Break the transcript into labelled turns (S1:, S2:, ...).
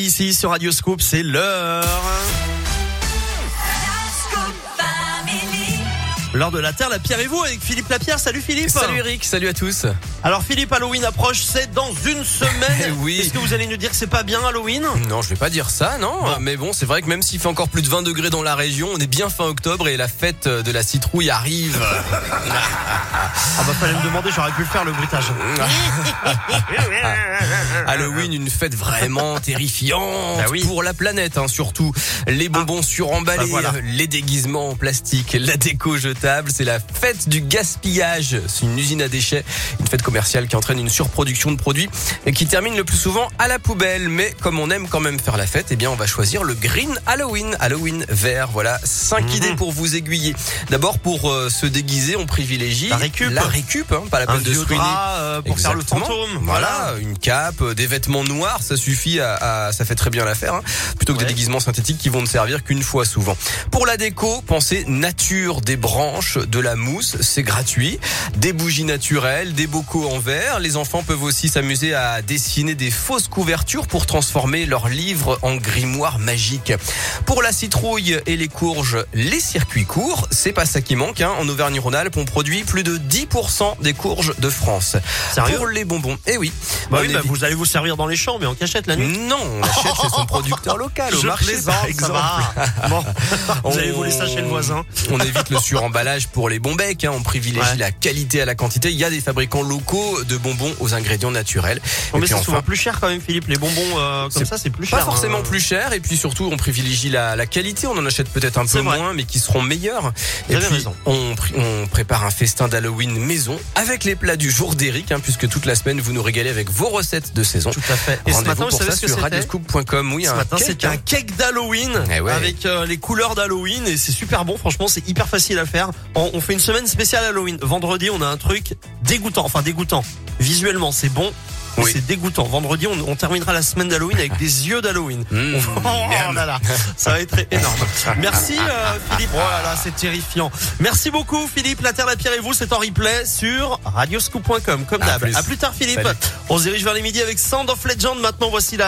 S1: ici sur Radio Scoop, c'est l'heure. L'heure de la Terre, la Pierre et vous avec Philippe Lapierre. Salut Philippe.
S2: Salut Eric, salut à tous.
S1: Alors Philippe, Halloween approche, c'est dans une semaine.
S2: Eh oui.
S1: Est-ce que vous allez nous dire que c'est pas bien Halloween
S2: Non, je vais pas dire ça, non.
S1: Bon.
S2: Mais bon, c'est vrai que même s'il fait encore plus de 20 degrés dans la région, on est bien fin octobre et la fête euh, de la citrouille arrive.
S1: Ah bah fallait me demander, j'aurais pu le faire le bruitage.
S2: Halloween, Ah, une fête vraiment terrifiante
S1: Bah oui.
S2: pour la planète, hein, surtout. Les bonbons suremballés,
S1: Bah voilà.
S2: les déguisements en plastique, la déco jetable, c'est la fête du gaspillage. C'est une usine à déchets, une fête commerciale qui entraîne une surproduction de produits et qui termine le plus souvent à la poubelle. Mais comme on aime quand même faire la fête, eh bien on va choisir le green Halloween, Halloween vert. Voilà, cinq
S1: Mhm.
S2: idées pour vous aiguiller. D'abord pour euh, se déguiser, on privilégie
S1: La récup.
S2: la récup, hein, pas la peine
S1: Un
S2: de
S1: vieux
S2: se ruiner.
S1: drap euh, pour
S2: Exactement.
S1: faire le fantôme.
S2: Voilà, une cape, euh, des vêtements noirs, ça suffit à, à- ça fait très bien l'affaire, hein. plutôt que
S1: Ouais.
S2: des déguisements synthétiques qui vont ne servir qu'une fois souvent. Pour la déco, pensez nature, des branches, de la mousse, c'est gratuit, des bougies naturelles, des bocaux en verre. Les enfants peuvent aussi s'amuser à dessiner des fausses couvertures pour transformer leurs livres en grimoire magique. Pour la citrouille et les courges, les circuits courts, c'est pas ça qui manque. hein. En Auvergne-Rhône-Alpes, on produit plus de 10% des courges de France.
S1: Sérieux
S2: Pour les bonbons. Eh oui.
S1: Bah
S2: On
S1: oui, bah
S2: évite-
S1: vous allez vous servir dans les champs, mais en cachette la nuit.
S2: Non, on achète chez son producteur local au
S1: Je
S2: marché.
S1: plaisante,
S2: par
S1: ça
S2: exemple.
S1: va. Bon, vous allez
S2: On-
S1: vous laisser chez le voisin.
S2: On évite le suremballage pour les bons becs. hein. On privilégie
S1: Ouais.
S2: la qualité à la quantité. Il y a des fabricants locaux de bonbons aux ingrédients naturels.
S1: Non,
S2: Et
S1: mais
S2: puis
S1: c'est souvent
S2: enfin,
S1: plus cher quand même, Philippe. Les bonbons euh, comme
S2: C'est
S1: ça, c'est plus cher.
S2: pas forcément
S1: hein.
S2: plus cher. Et puis surtout, on privilégie la, la qualité. On en achète peut-être un
S1: C'est
S2: peu
S1: vrai.
S2: moins, mais qui seront meilleurs.
S1: Vous
S2: et
S1: avez
S2: puis,
S1: raison.
S2: On, pr- on prépare un festin d'Halloween maison avec les plats du jour d'Eric, hein, puisque toute la semaine, vous nous régalez avec vos recettes de saison.
S1: Tout à fait. Et ce
S2: Rendez-vous
S1: matin, vous
S2: pour
S1: savez
S2: ça
S1: ce que
S2: sur
S1: c'était
S2: radioscoop.com. Oui,
S1: Ce
S2: un
S1: matin,
S2: cake,
S1: c'était un
S2: hein.
S1: cake d'Halloween
S2: Eh ouais.
S1: avec euh, les couleurs d'Halloween et c'est super bon. Franchement, c'est hyper facile à faire. On, on fait une semaine spéciale Halloween. Vendredi, on a un truc dégoûtant. Enfin, dégoûtant. Visuellement, c'est bon. mais
S2: Oui.
S1: C'est dégoûtant. Vendredi, on, on terminera la semaine d'Halloween avec des yeux d'Halloween.
S2: Mmh,
S1: Oh là là, ça va être énorme. Merci euh, Philippe. Oh là là, c'est terrifiant. Merci beaucoup Philippe. La Terre, la Pierre et vous, c'est en replay sur radioscoop.com comme
S2: À
S1: d'hab.
S2: plus.
S1: À plus tard Philippe.
S2: Salut.
S1: On se dirige vers les midis avec Sound of Legend. Maintenant, voici la